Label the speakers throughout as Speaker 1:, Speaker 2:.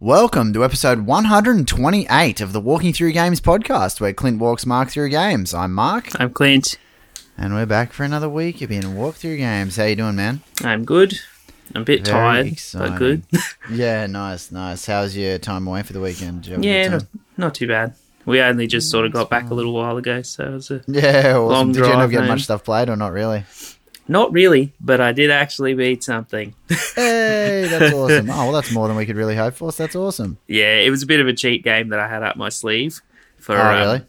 Speaker 1: Welcome to episode 128 of the Walking Through Games podcast, where Clint walks Mark through games. I'm Mark,
Speaker 2: I'm Clint.
Speaker 1: and we're back for another week of being walk through games. How you doing, man?
Speaker 2: I'm good. I'm a bit
Speaker 1: Very
Speaker 2: tired,
Speaker 1: exciting.
Speaker 2: but good.
Speaker 1: Yeah, nice, nice. How's your time away for the weekend? Did you have a good
Speaker 2: yeah,
Speaker 1: time?
Speaker 2: not, not too bad. We only just sort of got back a little while ago, so it was a,
Speaker 1: yeah. Awesome.
Speaker 2: long
Speaker 1: Did you end up
Speaker 2: drive
Speaker 1: getting
Speaker 2: home.
Speaker 1: much stuff played or not really?
Speaker 2: not really. But I did actually beat something.
Speaker 1: Hey, that's awesome. Oh, well, that's more than we could really hope for. So that's awesome.
Speaker 2: yeah, it was a bit of a cheat game that I had up my sleeve for
Speaker 1: Oh,
Speaker 2: um,
Speaker 1: really?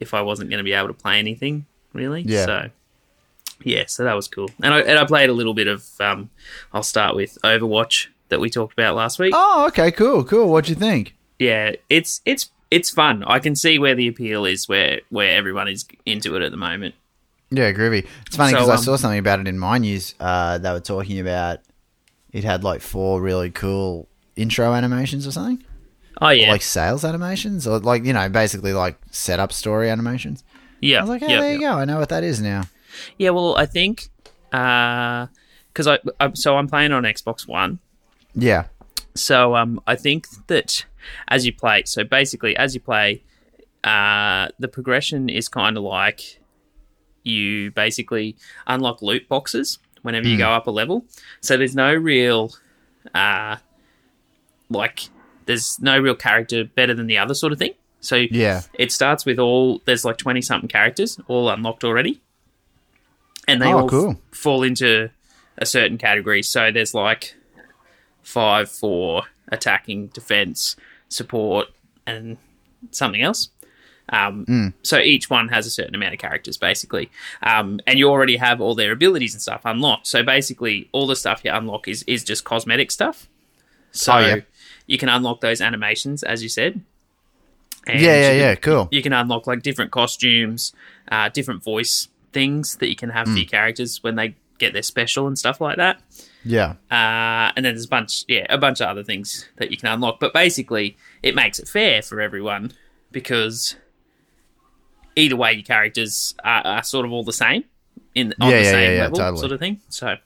Speaker 2: if I wasn't going to be able to play anything really.
Speaker 1: Yeah.
Speaker 2: So yeah, so that was cool. And I and I played a little bit of. Um, I'll start with Overwatch that we talked about last week.
Speaker 1: Oh, okay, cool, cool. What'd you think?
Speaker 2: yeah, it's it's it's fun. I can see where the appeal is, where where everyone is into it at the moment.
Speaker 1: Yeah, groovy. It's funny
Speaker 2: So,
Speaker 1: because I
Speaker 2: um,
Speaker 1: saw something about it in my news. Uh, they were talking about it had like four really cool intro animations or something,
Speaker 2: Oh yeah,
Speaker 1: like sales animations, or like you know, basically like setup story animations.
Speaker 2: yeah.
Speaker 1: I was like, oh,
Speaker 2: yeah,
Speaker 1: there
Speaker 2: yeah.
Speaker 1: you go. I know what that is now.
Speaker 2: Yeah, well, I think because I, I so I'm playing on Xbox One.
Speaker 1: Yeah,
Speaker 2: So um, I think that as you play, so basically as you play, uh, the progression is kind of like you basically unlock loot boxes whenever
Speaker 1: Hmm.
Speaker 2: you go up a level. So there's no real, uh, like there's no real character better than the other sort of thing. So
Speaker 1: yeah,
Speaker 2: it starts with all there's like 20 something characters all unlocked already and they
Speaker 1: Oh,
Speaker 2: all
Speaker 1: cool.
Speaker 2: f- fall into a certain category so there's like five for attacking defense support and something else um,
Speaker 1: Hmm.
Speaker 2: so each one has a certain amount of characters basically um, and you already have all their abilities and stuff unlocked so basically all the stuff you unlock is is just cosmetic stuff so
Speaker 1: Oh, yeah.
Speaker 2: you can unlock those animations as you said
Speaker 1: yeah,
Speaker 2: and
Speaker 1: yeah,
Speaker 2: you
Speaker 1: yeah.
Speaker 2: can-
Speaker 1: Cool.
Speaker 2: You can unlock like different costumes, uh, different voice things that you can have for
Speaker 1: Hmm.
Speaker 2: your characters when they get their special and stuff like that.
Speaker 1: Yeah,
Speaker 2: Uh, and then there's a bunch, yeah, a bunch of other things that you can unlock. But basically, it makes it fair for everyone because either way, your characters are, are sort of all the same in on
Speaker 1: Yeah,
Speaker 2: the
Speaker 1: yeah,
Speaker 2: same
Speaker 1: yeah, yeah,
Speaker 2: level,
Speaker 1: totally.
Speaker 2: sort of thing. So,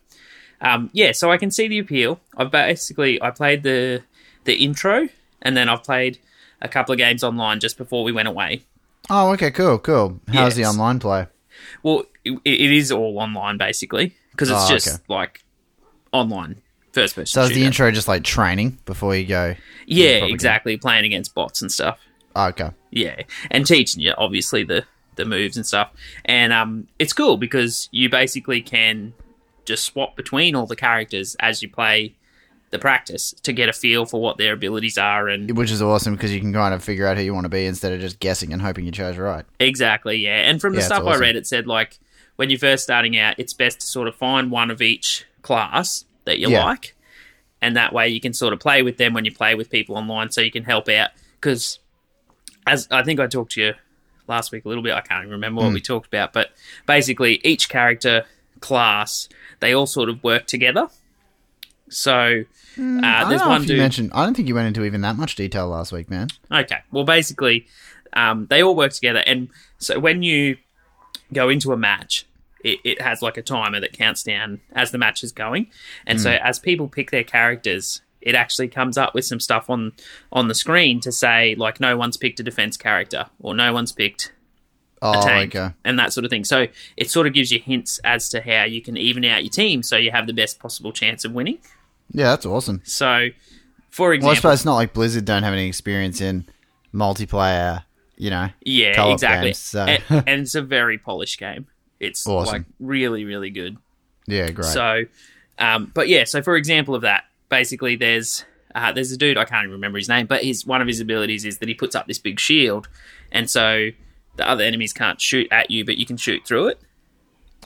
Speaker 2: um, yeah, so I can see the appeal. I've basically I played the the intro, and then I've played a couple of games online just before we went away.
Speaker 1: Oh, okay, cool, cool. How's the
Speaker 2: Yes.
Speaker 1: online play?
Speaker 2: Well, it, it is all online basically because it's
Speaker 1: Oh,
Speaker 2: just
Speaker 1: okay.
Speaker 2: like online first person.
Speaker 1: So is the
Speaker 2: shooter.
Speaker 1: intro just like training before you go?
Speaker 2: Yeah,
Speaker 1: probably
Speaker 2: exactly. Playing against bots and stuff.
Speaker 1: Oh, okay.
Speaker 2: Yeah, and teaching you obviously the the moves and stuff. And um, it's cool because you basically can just swap between all the characters as you play the practice to get a feel for what their abilities are and
Speaker 1: Which is awesome because you can kind of figure out who you want to be instead of just guessing and hoping you chose right.
Speaker 2: Exactly, yeah. And from the
Speaker 1: Yeah, it's
Speaker 2: stuff I
Speaker 1: awesome.
Speaker 2: read, it said like when you're first starting out, it's best to sort of find one of each class that you
Speaker 1: Yeah.
Speaker 2: like, and that way you can sort of play with them when you play with people online, so you can help out. Because as I think I talked to you last week a little bit, I can't even remember
Speaker 1: Hmm.
Speaker 2: what we talked about, but basically each character class they all sort of work together. So uh,
Speaker 1: Hmm, I don't
Speaker 2: there's
Speaker 1: know
Speaker 2: one
Speaker 1: if you
Speaker 2: dude.
Speaker 1: mentioned. I don't think you went into even that much detail last week, man.
Speaker 2: Okay. Well, basically, um, they all work together, and so when you go into a match, it, it has like a timer that counts down as the match is going, and
Speaker 1: Hmm.
Speaker 2: so as people pick their characters, it actually comes up with some stuff on on the screen to say like no one's picked a defense character or no one's picked
Speaker 1: Oh,
Speaker 2: a tank
Speaker 1: okay.
Speaker 2: and that sort of thing. So it sort of gives you hints as to how you can even out your team so you have the best possible chance of winning.
Speaker 1: Yeah, that's awesome.
Speaker 2: So, for
Speaker 1: Well, I
Speaker 2: example,
Speaker 1: suppose it's not like Blizzard don't have any experience in multiplayer. You know.
Speaker 2: Yeah,
Speaker 1: co-op
Speaker 2: exactly.
Speaker 1: games, so-
Speaker 2: and, and it's a very polished game. It's
Speaker 1: Awesome.
Speaker 2: like really, really good.
Speaker 1: Yeah, great.
Speaker 2: So, um, but yeah, so for example of that, basically there's uh, there's a dude I can't even remember his name, but his one of his abilities is that he puts up this big shield, and so the other enemies can't shoot at you, but you can shoot through it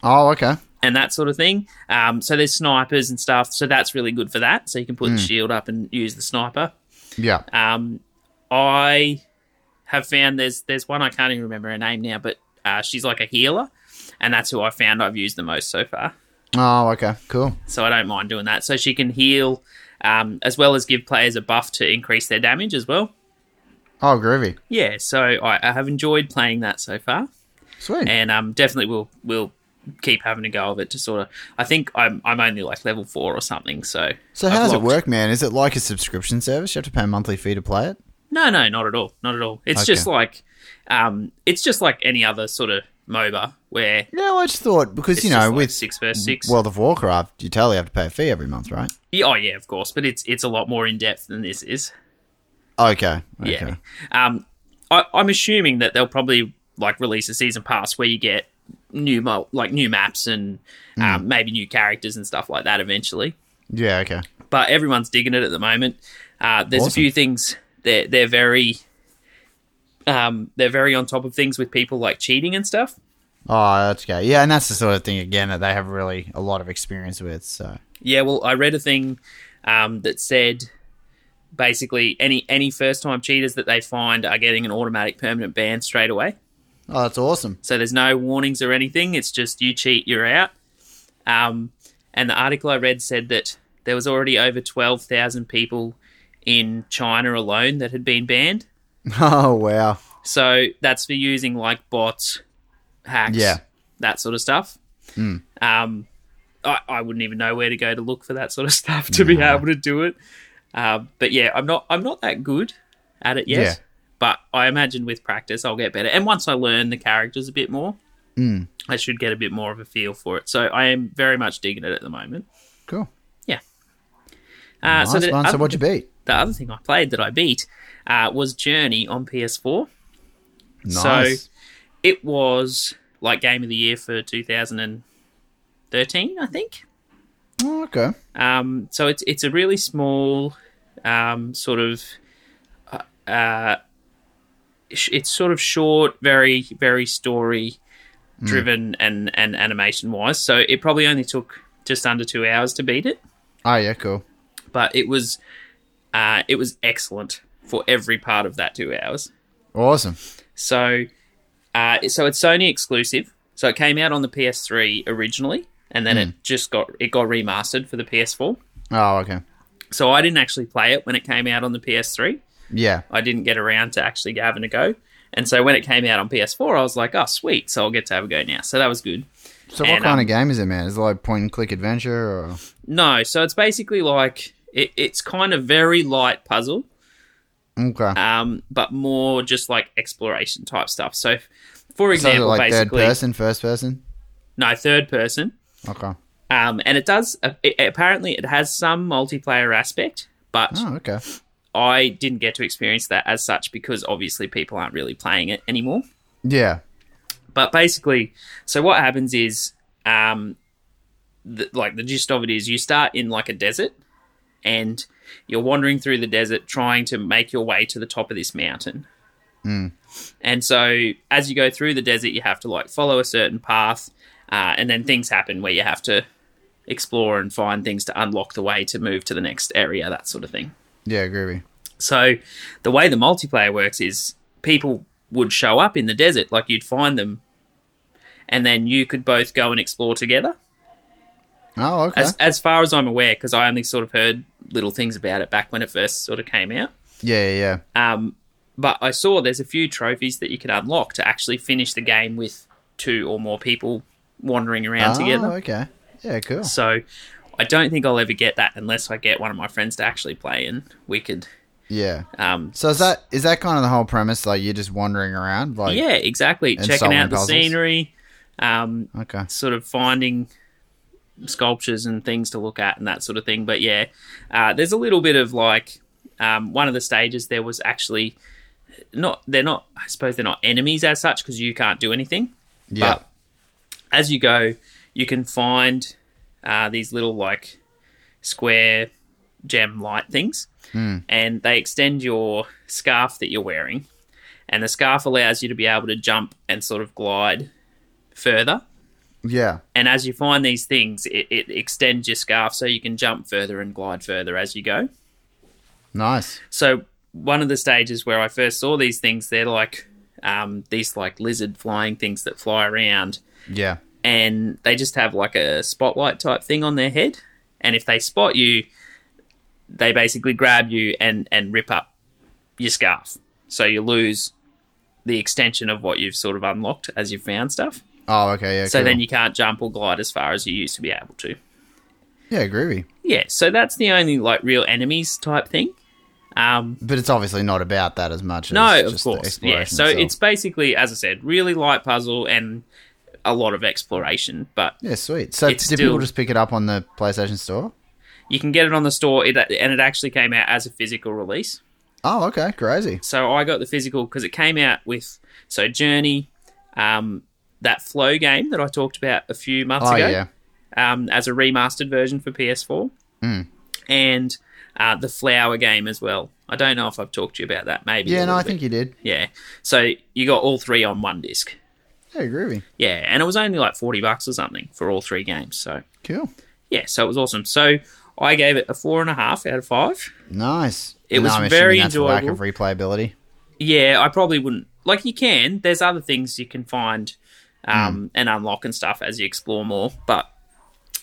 Speaker 1: oh, okay.
Speaker 2: and that sort of thing. Um, so there's snipers and stuff, so that's really good for that. So you can put
Speaker 1: Mm.
Speaker 2: the shield up and use the sniper.
Speaker 1: Yeah.
Speaker 2: Um, I have found there's there's one I can't even remember her name now, but uh, she's like a healer, and that's who I found I've used the most so far.
Speaker 1: Oh, okay. Cool.
Speaker 2: So I don't mind doing that. So she can heal, um, as well as give players a buff to increase their damage as well.
Speaker 1: Oh, groovy.
Speaker 2: Yeah, so I, I have enjoyed playing that so far,
Speaker 1: Sweet.
Speaker 2: and um, definitely will will keep having to go of it to sort of. I think I'm I'm only like level four or something. So
Speaker 1: So how
Speaker 2: I've
Speaker 1: does it
Speaker 2: logged-
Speaker 1: work, man? Is it like a subscription service? You have to pay a monthly fee to play it.
Speaker 2: No, no, not at all, not at all. It's
Speaker 1: Okay.
Speaker 2: just like, um, it's just like any other sort of MOBA where
Speaker 1: No, I just thought because
Speaker 2: it's
Speaker 1: you
Speaker 2: just
Speaker 1: know
Speaker 2: like
Speaker 1: with
Speaker 2: six versus six.
Speaker 1: World of Warcraft, you totally have to pay a fee every month, right?
Speaker 2: Yeah, oh yeah, of course, but it's it's a lot more in depth than this is.
Speaker 1: Okay. okay.
Speaker 2: Yeah. Um, I, I'm assuming that they'll probably like release a season pass where you get new mo- like new maps and
Speaker 1: Hmm.
Speaker 2: um, maybe new characters and stuff like that eventually.
Speaker 1: Yeah. Okay.
Speaker 2: But everyone's digging it at the moment. Uh, there's
Speaker 1: Awesome.
Speaker 2: a few things they're they're very um, they're very on top of things with people like cheating and stuff.
Speaker 1: Oh, that's okay. Yeah, and that's the sort of thing again that they have really a lot of experience with. So
Speaker 2: Yeah, well, I read a thing um, that said basically any any first time cheaters that they find are getting an automatic permanent ban straight away.
Speaker 1: oh, that's awesome.
Speaker 2: So there's no warnings or anything. It's just you cheat, you're out. Um, and the article I read said that there was already over 12,000 people in China alone that had been banned.
Speaker 1: Oh wow.
Speaker 2: So that's for using like bots, hacks,
Speaker 1: Yeah. Hmm.
Speaker 2: that sort of stuff. Um, I, I wouldn't even know where to go to look for that sort of stuff to be able to do it. Um, but yeah, I'm not I'm not that good at it yet.
Speaker 1: Yeah.
Speaker 2: But I imagine with practice I'll get better. And once I learn the characters a bit more,
Speaker 1: Hmm.
Speaker 2: I should get a bit more of a feel for it. So I am very much digging it at the moment.
Speaker 1: Cool.
Speaker 2: Uh,
Speaker 1: Nice
Speaker 2: so the
Speaker 1: one. So
Speaker 2: other-
Speaker 1: what'd you beat?
Speaker 2: the other thing I played that I beat uh, was Journey on PS4.
Speaker 1: Nice.
Speaker 2: It was like game of the year for 2013, I think.
Speaker 1: oh, okay.
Speaker 2: Um, so it's it's a really small um, sort of. uh, Uh, sh- it's sort of short, very very story driven and and animation wise. So it probably only took just under two hours to beat it
Speaker 1: Oh yeah, cool.
Speaker 2: but it was uh, it was excellent for every part of that two hours.
Speaker 1: Awesome.
Speaker 2: So uh, so it's Sony exclusive. So it came out on the PS3 originally, and then
Speaker 1: Mm.
Speaker 2: it just got it got remastered for the PS4.
Speaker 1: Oh okay.
Speaker 2: So I didn't actually play it when it came out on the PS3.
Speaker 1: Yeah.
Speaker 2: I didn't get around to actually having a go. And so when it came out on PS4, I was like, oh sweet, so I'll get to have a go now. So that was good.
Speaker 1: So what
Speaker 2: And,
Speaker 1: kind
Speaker 2: um,
Speaker 1: of game is it, man? Is it like point and click adventure or?
Speaker 2: No, so it's basically like it, it's kind of very light puzzle.
Speaker 1: Okay.
Speaker 2: um, but more just like exploration type stuff. So, for
Speaker 1: so is it
Speaker 2: example,
Speaker 1: like third
Speaker 2: basically,
Speaker 1: person, first person?
Speaker 2: no third person,
Speaker 1: Okay.
Speaker 2: um, and it does uh, it, apparently it has some multiplayer aspect, but
Speaker 1: Oh okay.
Speaker 2: I didn't get to experience that as such because obviously people aren't really playing it anymore.
Speaker 1: Yeah.
Speaker 2: But basically, so what happens is, um, the, like the gist of it is, you start in like a desert, and you're wandering through the desert trying to make your way to the top of this mountain. And so, as you go through the desert, you have to like follow a certain path, uh, and then things happen where you have to explore and find things to unlock the way to move to the next area, that sort of thing.
Speaker 1: Yeah. Groovy.
Speaker 2: So the way the multiplayer works is people would show up in the desert, like you'd find them, and then you could both go and explore together.
Speaker 1: Oh okay.
Speaker 2: As, as far as I'm aware, because I only sort of heard little things about it back when it first sort of came out.
Speaker 1: yeah. Yeah. Yeah.
Speaker 2: Um, but I saw there's a few trophies that you can unlock to actually finish the game with two or more people wandering around
Speaker 1: Oh,
Speaker 2: together.
Speaker 1: okay. Yeah. Cool.
Speaker 2: So I don't think I'll ever get that unless I get one of my friends to actually play and we could
Speaker 1: Yeah.
Speaker 2: um,
Speaker 1: So is that is that kind of the whole premise? Like you're just wandering around, like
Speaker 2: yeah, exactly.
Speaker 1: and
Speaker 2: Checking
Speaker 1: solving
Speaker 2: out the
Speaker 1: puzzles.
Speaker 2: scenery, um,
Speaker 1: Okay.
Speaker 2: sort of finding sculptures and things to look at and that sort of thing. But yeah, uh, there's a little bit of like um, one of the stages there was actually not they're not I suppose they're not enemies as such because you can't do anything.
Speaker 1: Yeah.
Speaker 2: But as you go, you can find uh, these little like square gem light things, and they extend your scarf that you're wearing, and the scarf allows you to be able to jump and sort of glide further.
Speaker 1: yeah.
Speaker 2: And as you find these things, it, it extends your scarf so you can jump further and glide further as you go.
Speaker 1: Nice.
Speaker 2: So one of the stages where I first saw these things, they're like um, these like lizard flying things that fly around,
Speaker 1: Yeah.
Speaker 2: and they just have like a spotlight type thing on their head. And if they spot you, they basically grab you and, and rip up your scarf. So you lose the extension of what you've sort of unlocked as you've found stuff.
Speaker 1: Oh, okay. Yeah.
Speaker 2: So
Speaker 1: cool.
Speaker 2: then you can't jump or glide as far as you used to be able to.
Speaker 1: yeah, groovy.
Speaker 2: Yeah, so that's the only like real enemies type thing. Um,
Speaker 1: But it's obviously not about that as much. as
Speaker 2: no, of
Speaker 1: just the
Speaker 2: course,
Speaker 1: exploration
Speaker 2: yeah. So
Speaker 1: itself.
Speaker 2: it's basically, as I said, really light puzzle and a lot of exploration. But
Speaker 1: yeah, sweet. So did
Speaker 2: it's
Speaker 1: people
Speaker 2: still-
Speaker 1: just pick it up on the PlayStation Store?
Speaker 2: you can get it on the store, it, and it actually came out as a physical release.
Speaker 1: Oh, okay, crazy.
Speaker 2: So I got the physical because it came out with so Journey, um, that Flow game that I talked about a few months
Speaker 1: Oh
Speaker 2: ago.
Speaker 1: yeah,
Speaker 2: um, as a remastered version for PS4,
Speaker 1: Hmm.
Speaker 2: and uh, the Flower game as well. I don't know if I've talked to you about that. Maybe a
Speaker 1: yeah. No,
Speaker 2: little
Speaker 1: I
Speaker 2: bit.
Speaker 1: think you did.
Speaker 2: yeah. So you got all three on one disc.
Speaker 1: Yeah, groovy.
Speaker 2: Yeah, and it was only like forty bucks or something for all three games. So
Speaker 1: Cool.
Speaker 2: yeah, so it was awesome. So I gave it a four and a half out of five.
Speaker 1: Nice.
Speaker 2: It was
Speaker 1: assuming
Speaker 2: very
Speaker 1: that's for Lack of
Speaker 2: enjoyable.
Speaker 1: replayability.
Speaker 2: Yeah, I probably wouldn't like. You can. There's other things you can find um, and unlock and stuff as you explore more, but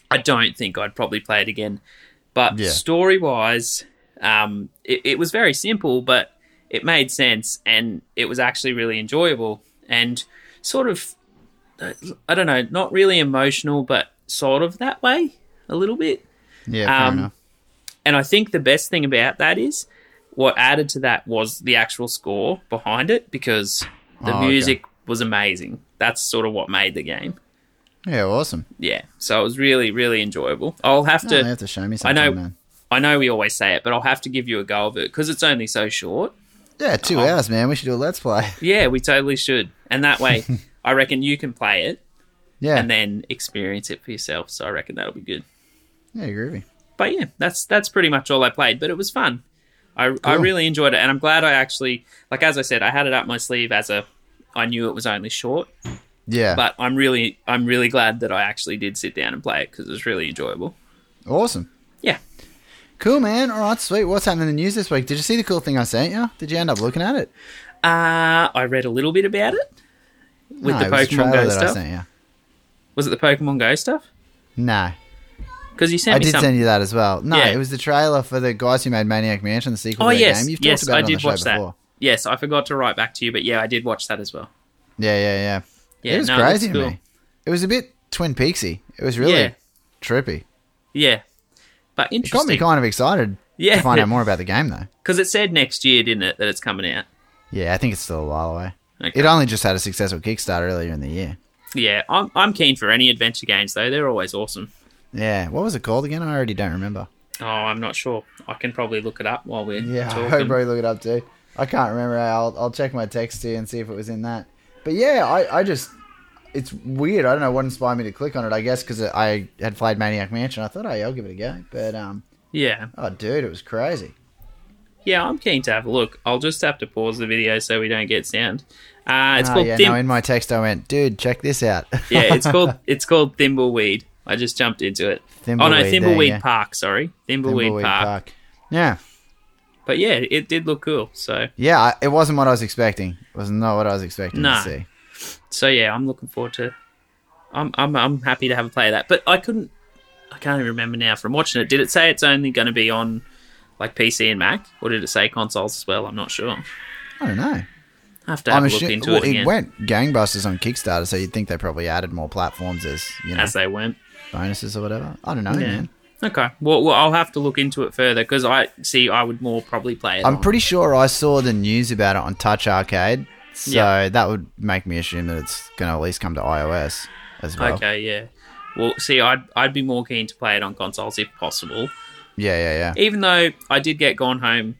Speaker 2: I don't think I'd probably play it again. But
Speaker 1: Yeah.
Speaker 2: story wise, um, it, it was very simple, but it made sense and it was actually really enjoyable and sort of, uh, I don't know, not really emotional, but sort of that way a little bit.
Speaker 1: Yeah, fair
Speaker 2: Um,
Speaker 1: enough.
Speaker 2: And I think the best thing about that is what added to that was the actual score behind it because the
Speaker 1: Oh, okay.
Speaker 2: music was amazing. That's sort of what made the game.
Speaker 1: Yeah, awesome.
Speaker 2: Yeah. So it was really, really enjoyable. I'll have
Speaker 1: No,
Speaker 2: to,
Speaker 1: they have to show me
Speaker 2: I
Speaker 1: something.
Speaker 2: know,
Speaker 1: man.
Speaker 2: I know we always say it, but I'll have to give you a go of it because it's only so short.
Speaker 1: Yeah, two hours, man. We should do a let's play.
Speaker 2: Yeah, we totally should. And that way, I reckon you can play it
Speaker 1: Yeah,
Speaker 2: and then experience it for yourself. So I reckon that'll be good.
Speaker 1: yeah, groovy.
Speaker 2: but yeah, that's that's pretty much all I played. But it was fun. I I
Speaker 1: Cool.
Speaker 2: really enjoyed it, and I'm glad I actually like as I said, I had it up my sleeve as a. I knew it was only short,
Speaker 1: Yeah,
Speaker 2: but I'm really I'm really glad that I actually did sit down and play it because it was really enjoyable.
Speaker 1: awesome.
Speaker 2: Yeah,
Speaker 1: Cool, man. All right, sweet. What's happening in the news this week? Did you see the cool thing I sent you? Did you end up looking at it
Speaker 2: uh, I read a little bit about it with
Speaker 1: No,
Speaker 2: the
Speaker 1: it was a
Speaker 2: Pokemon
Speaker 1: trailer
Speaker 2: Go
Speaker 1: that I
Speaker 2: stuff.
Speaker 1: sent you.
Speaker 2: Was it the Pokemon Go stuff?
Speaker 1: No,
Speaker 2: Because you sent
Speaker 1: I
Speaker 2: me
Speaker 1: did
Speaker 2: some.
Speaker 1: send you that as well. No,
Speaker 2: Yeah.
Speaker 1: it was the trailer for the guys who made Maniac Mansion, the sequel
Speaker 2: oh
Speaker 1: to their
Speaker 2: yes,
Speaker 1: game. You've talked
Speaker 2: yes,
Speaker 1: about it
Speaker 2: I
Speaker 1: on the
Speaker 2: did
Speaker 1: show
Speaker 2: watch that.
Speaker 1: before.
Speaker 2: Yes, I forgot to write back to you, but yeah, I did watch that as well.
Speaker 1: Yeah, yeah, yeah.
Speaker 2: Yeah,
Speaker 1: it was
Speaker 2: no, looks
Speaker 1: crazy to
Speaker 2: cool.
Speaker 1: me. It was a bit Twin Peaksy. It was really
Speaker 2: Yeah.
Speaker 1: trippy.
Speaker 2: Yeah, but
Speaker 1: It got me
Speaker 2: interesting.
Speaker 1: kind of excited
Speaker 2: Yeah.
Speaker 1: to find out more about the game, though.
Speaker 2: Because it said next year, didn't it, that it's coming out?
Speaker 1: Yeah, I think it's still a while away.
Speaker 2: Okay.
Speaker 1: It only just had a successful Kickstarter earlier in the year.
Speaker 2: Yeah, I'm, I'm keen for any adventure games though. They're always awesome.
Speaker 1: Yeah, what was it called again? I already don't remember.
Speaker 2: Oh, I'm not sure. I can probably look it up while we're
Speaker 1: Yeah, I
Speaker 2: talking.
Speaker 1: hope I look it up too. I can't remember. I'll I'll check my text here and see if it was in that. But yeah, I I just it's weird. I don't know what inspired me to click on it. I guess because I had played Maniac Mansion. I thought, hey, I'll give it a go. But um,
Speaker 2: Yeah,
Speaker 1: oh dude, it was crazy.
Speaker 2: yeah, I'm keen to have a look. I'll just have to pause the video so we don't get sound. Uh, it's
Speaker 1: Ah,
Speaker 2: called
Speaker 1: yeah.
Speaker 2: Thim-
Speaker 1: No, in my text I went, dude, check this out.
Speaker 2: yeah, it's called it's called Thimbleweed. I just jumped into it. oh no,
Speaker 1: Thimbleweed, there,
Speaker 2: Thimbleweed
Speaker 1: yeah.
Speaker 2: Park. Sorry, Thimbleweed,
Speaker 1: Thimbleweed
Speaker 2: Park.
Speaker 1: Park. Yeah,
Speaker 2: But yeah, it did look cool. So
Speaker 1: yeah. I, it wasn't what I was expecting. It was not what I was expecting
Speaker 2: Nah.
Speaker 1: to see.
Speaker 2: so yeah, I'm looking forward to. I'm I'm I'm happy to have a play of that. But I couldn't. I can't even remember now from watching it. Did it say it's only going to be on like PC and Mac, or did it say consoles as well? I'm not sure.
Speaker 1: I don't know.
Speaker 2: I have to have a look
Speaker 1: assu-
Speaker 2: into
Speaker 1: well,
Speaker 2: it again
Speaker 1: went gangbusters on Kickstarter, so you'd think they probably added more platforms as you know
Speaker 2: as they went.
Speaker 1: bonuses or whatever. I don't know,
Speaker 2: Yeah.
Speaker 1: man.
Speaker 2: Okay. Well, well, I'll have to look into it further because I see I would more probably play it.
Speaker 1: I'm
Speaker 2: on-
Speaker 1: pretty sure I saw the news about it on Touch Arcade, so
Speaker 2: Yeah.
Speaker 1: that would make me assume that it's going to at least come to iOS as well.
Speaker 2: okay. Yeah. Well, see, I'd I'd be more keen to play it on consoles if possible.
Speaker 1: Yeah, yeah, yeah.
Speaker 2: even though I did get Gone Home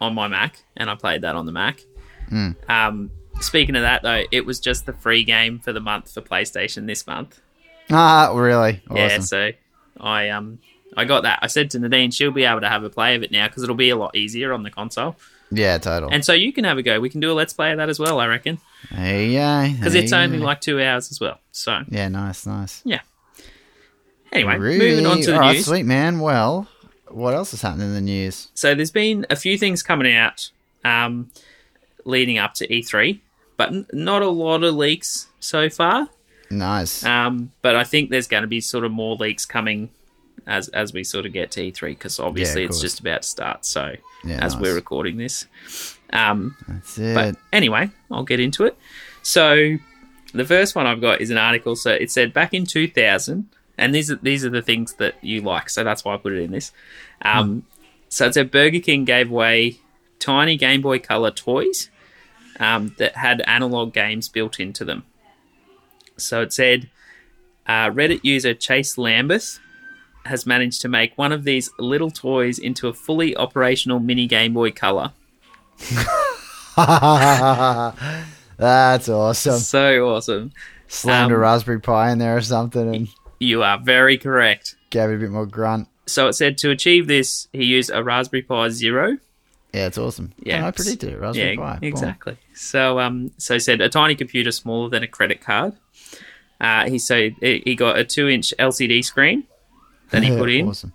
Speaker 2: on my Mac and I played that on the Mac.
Speaker 1: Hmm.
Speaker 2: Um, speaking of that, though, it was just the free game for the month for PlayStation this month.
Speaker 1: Ah, really? Awesome.
Speaker 2: Yeah, so I um I got that. I said to Nadine, she'll be able to have a play of it now because it'll be a lot easier on the console.
Speaker 1: yeah, total.
Speaker 2: And so you can have a go. We can do a let's play of that as well, I reckon,
Speaker 1: Hey, yeah,
Speaker 2: because it's
Speaker 1: hey,
Speaker 2: only
Speaker 1: yeah.
Speaker 2: like two hours as well. So
Speaker 1: yeah, nice, nice.
Speaker 2: yeah. Anyway,
Speaker 1: Really?
Speaker 2: moving on to the
Speaker 1: All right,
Speaker 2: news.
Speaker 1: sweet man. Well, what else is happening in the news?
Speaker 2: So there's been a few things coming out um, leading up to E3, but n- not a lot of leaks so far.
Speaker 1: Nice.
Speaker 2: Um, but I think there's going to be sort of more leaks coming as as we sort of get to E3 because obviously
Speaker 1: of
Speaker 2: it's
Speaker 1: course.
Speaker 2: just about to start. So
Speaker 1: Yeah,
Speaker 2: as
Speaker 1: nice.
Speaker 2: we're recording this, um,
Speaker 1: That's it.
Speaker 2: but anyway, I'll get into it. So The first one I've got is an article. So it said back in 2000, and these are these are the things that you like. So that's why I put it in this. Um, So it said Burger King gave away tiny Game Boy Color toys um, that had analog games built into them. So it said uh, Reddit user Chase Lambeth has managed to make one of these little toys into a fully operational mini Game Boy Color.
Speaker 1: That's awesome.
Speaker 2: So awesome.
Speaker 1: Slammed a
Speaker 2: Um,
Speaker 1: Raspberry Pi in there or something and
Speaker 2: You are very correct.
Speaker 1: gave it a bit more grunt.
Speaker 2: So it said to achieve this, he used a Raspberry Pi Zero.
Speaker 1: Yeah, it's awesome.
Speaker 2: Yeah,
Speaker 1: And I
Speaker 2: it's-
Speaker 1: predicted it. Raspberry
Speaker 2: Yeah,
Speaker 1: Pi. Boom.
Speaker 2: exactly. So, um, so he said a tiny computer smaller than a credit card. Uh, he so he he got a two-inch LCD screen that he
Speaker 1: Yeah,
Speaker 2: put in,
Speaker 1: Awesome.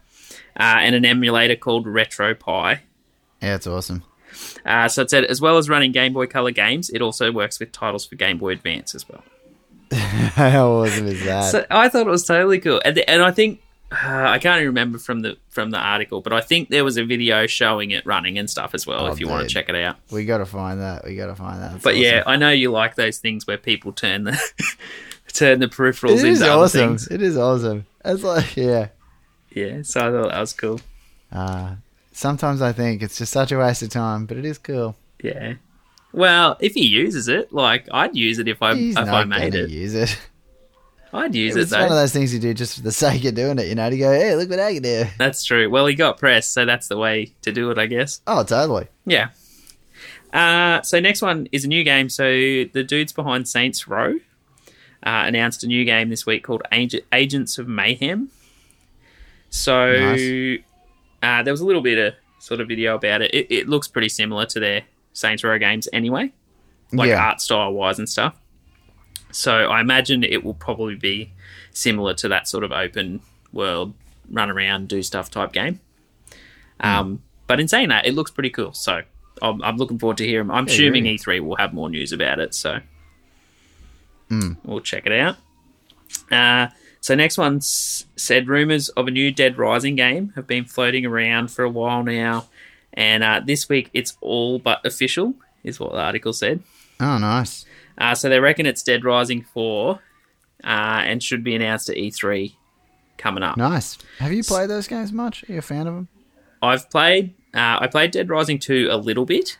Speaker 2: uh, and an emulator called RetroPie.
Speaker 1: Yeah, it's awesome.
Speaker 2: Uh, so it said, as well as running Game Boy Color games, it also works with titles for Game Boy Advance as well.
Speaker 1: How awesome is that?
Speaker 2: So I thought it was totally cool, and, the, and I think uh, I can't even remember from the from the article, but I think there was a video showing it running and stuff as well.
Speaker 1: Oh,
Speaker 2: if you want
Speaker 1: dude.
Speaker 2: to check it out,
Speaker 1: we got to find that. We got to find that. It's
Speaker 2: but yeah,
Speaker 1: awesome.
Speaker 2: I know you like those things where people turn the turn the peripherals
Speaker 1: it is
Speaker 2: into other
Speaker 1: awesome.
Speaker 2: things.
Speaker 1: It is awesome. It's like, yeah.
Speaker 2: Yeah, so I thought that was cool.
Speaker 1: Uh, sometimes I think it's just such a waste of time, but it is cool.
Speaker 2: Yeah. Well, if he uses it, like I'd use it if I
Speaker 1: He's
Speaker 2: if
Speaker 1: not
Speaker 2: I made
Speaker 1: gonna
Speaker 2: it,
Speaker 1: use it.
Speaker 2: I'd use it
Speaker 1: It's one of
Speaker 2: though.
Speaker 1: those things you do just for the sake of doing it, you know, to go, hey, look what I can do.
Speaker 2: That's true. Well, he got press, so that's the way to do it, I guess.
Speaker 1: Oh, totally.
Speaker 2: Yeah. Uh, so next one is a new game. So the dudes behind Saints Row uh, announced a new game this week called Ag- Agents of Mayhem. So
Speaker 1: Nice.
Speaker 2: uh, there was a little bit of sort of video about it. It, it looks pretty similar to their Saints Row games anyway, like
Speaker 1: Yeah.
Speaker 2: art style wise and stuff. So I imagine it will probably be similar to that sort of open world, run around, do stuff type game. Um, But in saying that, it looks pretty cool. So I'm, I'm looking forward to hearing. I'm assuming
Speaker 1: really.
Speaker 2: E3 will have more news about it. So we'll check it out. Uh, so next one s- said rumors of a new Dead Rising game have been floating around for a while now, and uh, this week it's all but official, is what the article said.
Speaker 1: Oh, nice.
Speaker 2: Uh, so they reckon it's Dead Rising 4 uh, and should be announced at E3 coming up.
Speaker 1: Nice. Have you played those games much? Are you a fan of them?
Speaker 2: I've played uh, I played Dead Rising 2 a little bit,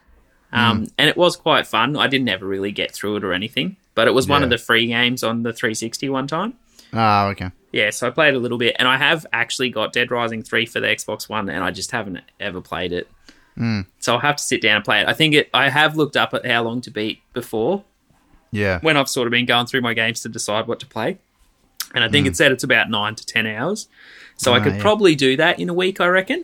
Speaker 1: Hmm.
Speaker 2: um, and it was quite fun. I didn't ever really get through it or anything, but it was one of
Speaker 1: Yeah.
Speaker 2: the free games on the 360 one time.
Speaker 1: Oh, okay.
Speaker 2: Yeah, so I played a little bit, and I have actually got Dead Rising 3 for the Xbox One, and I just haven't ever played it.
Speaker 1: Hmm.
Speaker 2: So I'll have to sit down and play it. I think it, I have looked up at how long to beat before,
Speaker 1: Yeah.
Speaker 2: when I've sort of been going through my games to decide what to play. And I think it said it's about nine to 10 hours. So I
Speaker 1: Mm. Ah,
Speaker 2: could
Speaker 1: yeah.
Speaker 2: probably do that in a week, I reckon.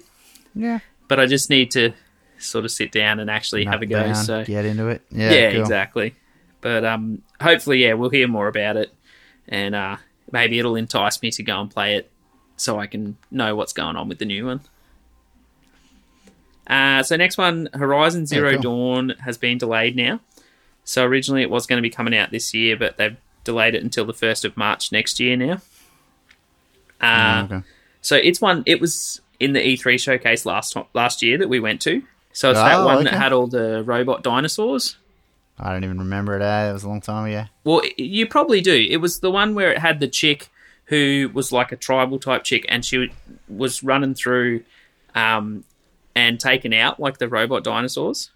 Speaker 1: Yeah.
Speaker 2: But I just need to sort of sit down and actually have a
Speaker 1: Nut
Speaker 2: go.
Speaker 1: down,
Speaker 2: so, yeah,
Speaker 1: get into it. Yeah, cool.
Speaker 2: exactly. But um, hopefully, yeah, we'll hear more about it. And uh, maybe it'll entice me to go and play it so I can know what's going on with the new one. Uh, so next one, Horizon Zero
Speaker 1: cool.
Speaker 2: Dawn has been delayed now. So originally it was going to be coming out this year, but they've delayed it until the first of March next year now. Uh,
Speaker 1: Oh, okay.
Speaker 2: So it's one. It was in the E3 showcase last to- last year that we went to. So it's that
Speaker 1: Oh,
Speaker 2: one
Speaker 1: okay.
Speaker 2: that had all the robot dinosaurs.
Speaker 1: I don't even remember it. Eh? It was a long time ago.
Speaker 2: Well, i- you probably do. It was the one where it had the chick who was like a tribal type chick, and she w- was running through um, and taking out like the robot dinosaurs.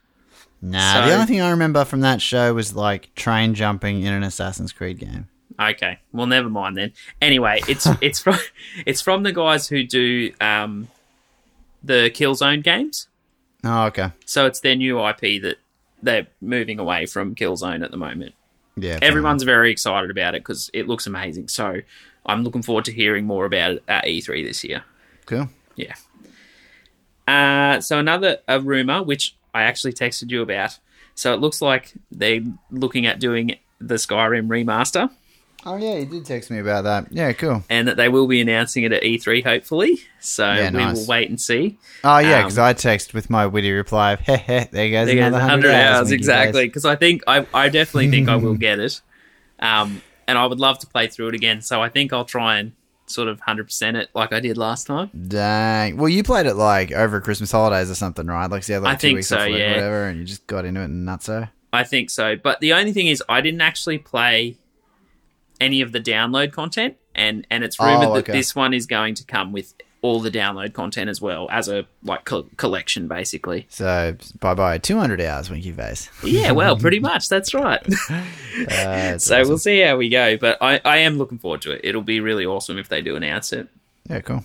Speaker 1: Nah,
Speaker 2: So-
Speaker 1: the only thing I remember from that show was like train jumping in an Assassin's Creed game.
Speaker 2: Okay, well, never mind then. Anyway, it's it's from it's from the guys who do um, the Killzone games.
Speaker 1: Oh, okay.
Speaker 2: So it's their new IP that they're moving away from Killzone at the moment.
Speaker 1: Yeah. totally.
Speaker 2: Everyone's very excited about it because it looks amazing. So I'm looking forward to hearing more about it at E3 this year.
Speaker 1: cool.
Speaker 2: Yeah. Uh, so another a rumor which I actually texted you about. So it looks like they're looking at doing the Skyrim remaster,
Speaker 1: Oh yeah, you did text me about that. Yeah, cool.
Speaker 2: and that they will be announcing it at E3 hopefully. So
Speaker 1: Yeah,
Speaker 2: we
Speaker 1: nice.
Speaker 2: will wait and see.
Speaker 1: Oh yeah,
Speaker 2: Um,
Speaker 1: because I text with my witty reply of "Heh heh, there goes
Speaker 2: They
Speaker 1: another hundred
Speaker 2: hours,
Speaker 1: hours." Winky
Speaker 2: exactly
Speaker 1: face."
Speaker 2: because I think I, I definitely think I will get it, um, and I would love to play through it again. So I think I'll try and sort of hundred percent it like I did last time.
Speaker 1: Dang. Well, you played it like over Christmas holidays or something, right? Like, so you had like
Speaker 2: I
Speaker 1: two
Speaker 2: think
Speaker 1: weeks
Speaker 2: so,
Speaker 1: off work or
Speaker 2: yeah.
Speaker 1: whatever, and you just got into it and nutso.
Speaker 2: I think so, but the only thing is I didn't actually play any of the download content, and and it's rumored
Speaker 1: Oh,
Speaker 2: that
Speaker 1: okay.
Speaker 2: this one is going to come with all the download content as well as a like co- collection, basically.
Speaker 1: So bye bye. Two hundred hours, Winky Face.
Speaker 2: Yeah, well, pretty much. That's right.
Speaker 1: Uh,
Speaker 2: so we'll see how we go, but I I am looking forward to it. It'll be really awesome if they do announce it.
Speaker 1: yeah, cool.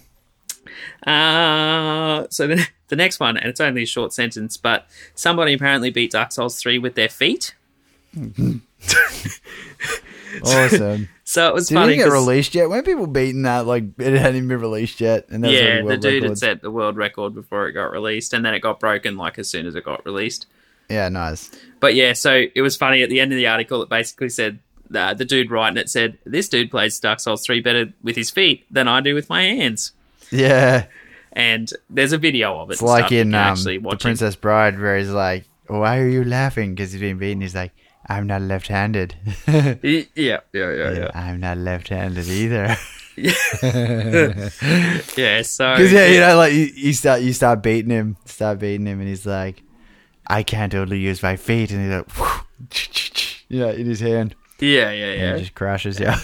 Speaker 2: Uh, so the, the next one, and it's only a short sentence, but somebody apparently beat Dark Souls 3 with their feet.
Speaker 1: Awesome.
Speaker 2: So it was
Speaker 1: Did
Speaker 2: funny.
Speaker 1: it get
Speaker 2: 'cause-
Speaker 1: released yet? Weren't people beating that? Like it hadn't even been released yet, and that was
Speaker 2: yeah,
Speaker 1: already
Speaker 2: the
Speaker 1: world
Speaker 2: dude
Speaker 1: records.
Speaker 2: had set the world record before it got released, and then it got broken like as soon as it got released.
Speaker 1: Yeah, nice.
Speaker 2: But yeah, so it was funny at the end of the article. It basically said uh, the dude writing it said, "This dude plays Dark Souls 3 better with his feet than I do with my hands."
Speaker 1: Yeah,
Speaker 2: And there's a video of it.
Speaker 1: it's like in um,
Speaker 2: actually
Speaker 1: the
Speaker 2: watch it.
Speaker 1: Princess Bride, where he's like, "Why are you laughing?" Because he's been beaten. He's like, "I'm not left-handed.
Speaker 2: Y- Yeah, yeah, yeah, Oh, yeah.
Speaker 1: I'm not left-handed either."
Speaker 2: Oh, Yeah, so
Speaker 1: Because yeah, you know, like you, you start you start beating him, start beating him, and he's like, "I can't only use my feet," and he's like, "Yeah, in his hand,
Speaker 2: yeah, yeah,
Speaker 1: and
Speaker 2: yeah.
Speaker 1: it just crashes." Yeah,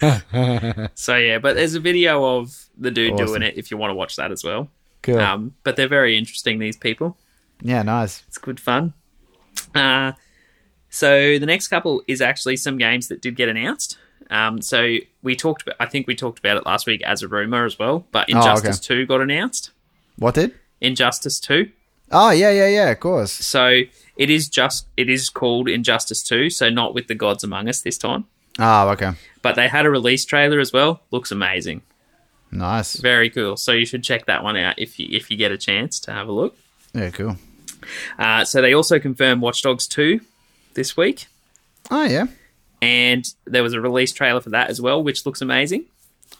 Speaker 2: So yeah, but there's a video of the dude
Speaker 1: Awesome.
Speaker 2: doing it if you want to watch that as well.
Speaker 1: cool.
Speaker 2: Um, but they're very interesting. These people,
Speaker 1: yeah, nice.
Speaker 2: it's good fun. Uh, so the next couple is actually some games that did get announced. Um, so we talked. About, I think we talked about it last week as a rumor as well. But Injustice Two got announced.
Speaker 1: What did?
Speaker 2: Injustice Two.
Speaker 1: Oh yeah, yeah, yeah. Of course.
Speaker 2: So it is just. It is called Injustice Two. So not with the gods among us this time.
Speaker 1: Oh, okay.
Speaker 2: But they had a release trailer as well. Looks amazing.
Speaker 1: Nice.
Speaker 2: Very cool. So you should check that one out if you if you get a chance to have a look.
Speaker 1: Yeah, cool.
Speaker 2: Uh, so they also confirmed Watch Dogs 2 this week,
Speaker 1: Oh yeah,
Speaker 2: and there was a release trailer for that as well, which looks amazing.
Speaker 1: Mm.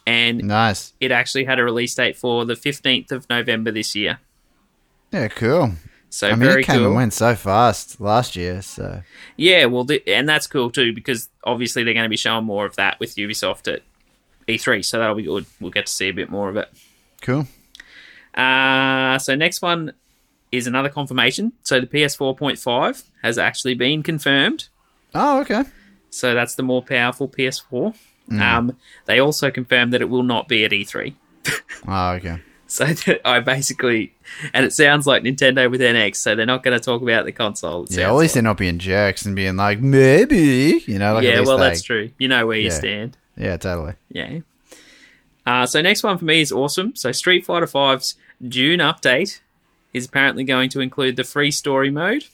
Speaker 2: And
Speaker 1: nice.
Speaker 2: it actually had a release date for the 15th of November this year.
Speaker 1: Yeah, cool.
Speaker 2: So
Speaker 1: I mean,
Speaker 2: very
Speaker 1: it came
Speaker 2: cool.
Speaker 1: and went so fast last year. So
Speaker 2: Yeah, well, th- and that's cool too because obviously they're going to be showing more of that with Ubisoft at E3, so that'll be good. We'll get to see a bit more of it.
Speaker 1: cool.
Speaker 2: Uh, so next one is another confirmation. So the PS4.5 has actually been confirmed.
Speaker 1: Oh, okay.
Speaker 2: So that's the more powerful PS4.
Speaker 1: Mm.
Speaker 2: Um, they also confirmed that it will not be at E E3.
Speaker 1: Oh, okay.
Speaker 2: So that I basically, and it sounds like Nintendo with NX, so they're not going to talk about the console. it
Speaker 1: Yeah, at
Speaker 2: sounds
Speaker 1: least they're not being jerks and being like, maybe, you know,
Speaker 2: like.
Speaker 1: like at
Speaker 2: yeah
Speaker 1: least
Speaker 2: well,
Speaker 1: they-
Speaker 2: that's true. You know where you
Speaker 1: Yeah.
Speaker 2: stand.
Speaker 1: Yeah, totally.
Speaker 2: Yeah. Uh, so next one for me is awesome. So Street Fighter V's June update is apparently going to include the free story mode,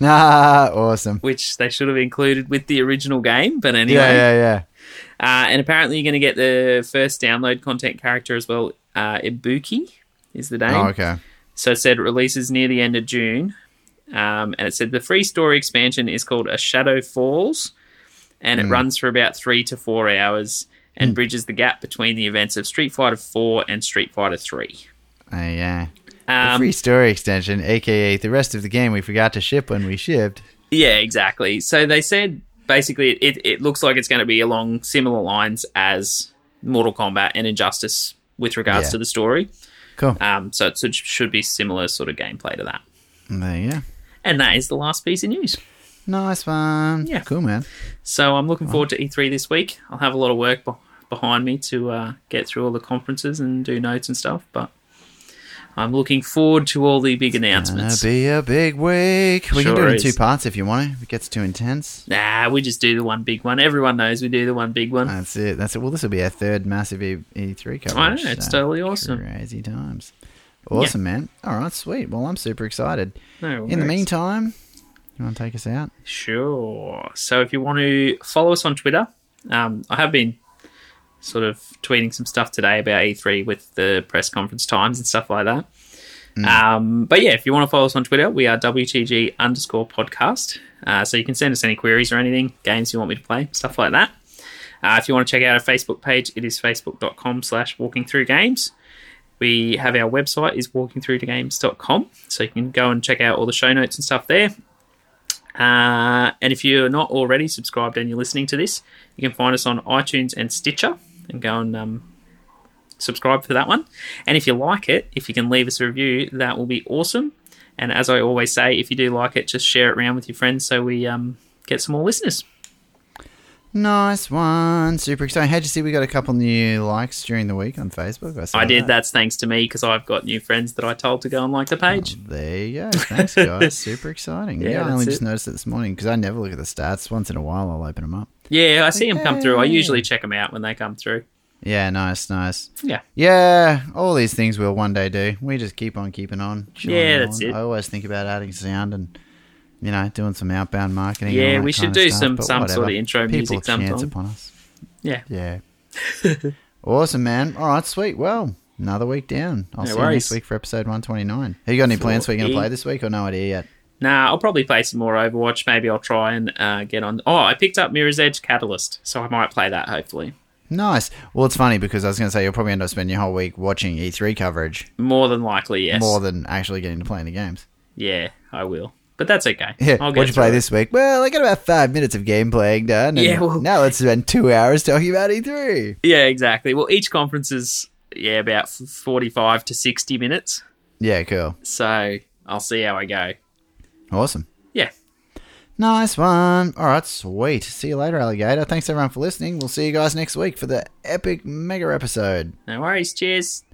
Speaker 1: Ah, awesome.
Speaker 2: which they should have included with the original game. But anyway,
Speaker 1: Yeah, yeah, yeah.
Speaker 2: Uh, and apparently, you're going to get the first download content character as well. Uh, Ibuki is the name.
Speaker 1: Oh, okay.
Speaker 2: So it said it releases near the end of June. Um, and it said the free story expansion is called A Shadow Falls. And it runs for about three to four hours and bridges the gap between the events of Street Fighter 4 and Street Fighter 3.
Speaker 1: Oh, yeah. The
Speaker 2: Um,
Speaker 1: free story extension, aka the rest of the game we forgot to ship when we shipped.
Speaker 2: Yeah, exactly. So they said basically it, it looks like it's going to be along similar lines as Mortal Kombat and Injustice with regards
Speaker 1: Yeah.
Speaker 2: to the story.
Speaker 1: Cool.
Speaker 2: Um, so it should, should be similar sort of gameplay to that.
Speaker 1: There you go.
Speaker 2: And that is the last piece of news.
Speaker 1: Nice one.
Speaker 2: Yeah.
Speaker 1: Cool, man.
Speaker 2: So I'm looking forward to E3 this week. I'll have a lot of work beh behind me to uh, get through all the conferences and do notes and stuff, but I'm looking forward to all the big
Speaker 1: Gonna
Speaker 2: announcements.
Speaker 1: Uh, be a big week. We can
Speaker 2: Sure
Speaker 1: do it in
Speaker 2: is.
Speaker 1: two parts if you want to. If it gets too intense.
Speaker 2: Nah, we just do the one big one. Everyone knows we do the one big one.
Speaker 1: That's it. That's it. Well, this will be our third massive E- E3 coverage.
Speaker 2: I know, it's
Speaker 1: so
Speaker 2: totally awesome.
Speaker 1: Crazy times. Awesome, man. All right, sweet. Well, I'm super excited.
Speaker 2: No
Speaker 1: In the
Speaker 2: worries.
Speaker 1: meantime, you want to take us out?
Speaker 2: Sure. So if you want to follow us on Twitter, um, I have been sort of tweeting some stuff today about E3 with the press conference times and stuff like that. Um, but yeah, if you want to follow us on Twitter, we are WTG underscore podcast. Uh, so you can send us any queries or anything, games you want me to play, stuff like that. Uh, if you want to check out our Facebook page, it is facebook.com slash walking through games. We have our website is walkingthroughgames.com. So you can go and check out all the show notes and stuff there. Uh, and if you're not already subscribed and you're listening to this, you can find us on iTunes and Stitcher and go and um, subscribe for that one. And if you like it, if you can leave us a review, that will be awesome. And as I always say, if you do like it, just share it around with your friends so we um, get some more listeners.
Speaker 1: Nice one. Super exciting. How'd you see we got a couple new likes during the week on Facebook? saw
Speaker 2: I did. That's thanks to me because I've got new friends that I told to go and like the page.
Speaker 1: There you go. Thanks, guys. Super exciting. Yeah,
Speaker 2: Yeah,
Speaker 1: I only
Speaker 2: that's
Speaker 1: just
Speaker 2: it.
Speaker 1: noticed it this morning because I never look at the stats. Once in a while, I'll open them up.
Speaker 2: Yeah, I see them come through. I
Speaker 1: Okay.
Speaker 2: usually check them out when they come through.
Speaker 1: Yeah, nice, nice.
Speaker 2: Yeah.
Speaker 1: Yeah, all these things we'll one day do. We just keep on keeping on. chilling
Speaker 2: Yeah, that's
Speaker 1: on.
Speaker 2: it.
Speaker 1: I always think about adding sound and, you know, doing some outbound marketing. and
Speaker 2: Yeah,
Speaker 1: all that
Speaker 2: we
Speaker 1: kind
Speaker 2: should do
Speaker 1: stuff,
Speaker 2: some-
Speaker 1: but
Speaker 2: some sort of
Speaker 1: whatever.
Speaker 2: intro
Speaker 1: People
Speaker 2: music
Speaker 1: chance
Speaker 2: sometime.
Speaker 1: upon us.
Speaker 2: Yeah.
Speaker 1: Yeah. awesome, man. All right, sweet. Well, another week down. I'll
Speaker 2: No
Speaker 1: see you next
Speaker 2: worries.
Speaker 1: week for episode 129. Have you got any plans for you going to
Speaker 2: Forty.
Speaker 1: play this week or no idea yet?
Speaker 2: Nah, I'll probably play some more Overwatch. Maybe I'll try and uh, get on. Oh, I picked up Mirror's Edge Catalyst, so I might play that hopefully.
Speaker 1: Nice. Well, it's funny because I was going to say you'll probably end up spending your whole week watching E3 coverage
Speaker 2: More than likely, yes.
Speaker 1: more than actually getting to play any games.
Speaker 2: yeah, I will. But that's okay.
Speaker 1: Yeah,
Speaker 2: I'll
Speaker 1: what'd
Speaker 2: get
Speaker 1: you play
Speaker 2: through it.
Speaker 1: this week? Well, I got about five minutes of game playing done. And
Speaker 2: Yeah, well-
Speaker 1: now let's spend two hours talking about E E3.
Speaker 2: Yeah, exactly. Well, each conference is yeah about f- forty-five to sixty minutes,
Speaker 1: Yeah, cool.
Speaker 2: so I'll see how I go.
Speaker 1: Awesome.
Speaker 2: Yeah,
Speaker 1: Nice one. All right, sweet. See you later, alligator. Thanks everyone for listening. We'll see you guys next week for the epic mega episode.
Speaker 2: no worries. Cheers.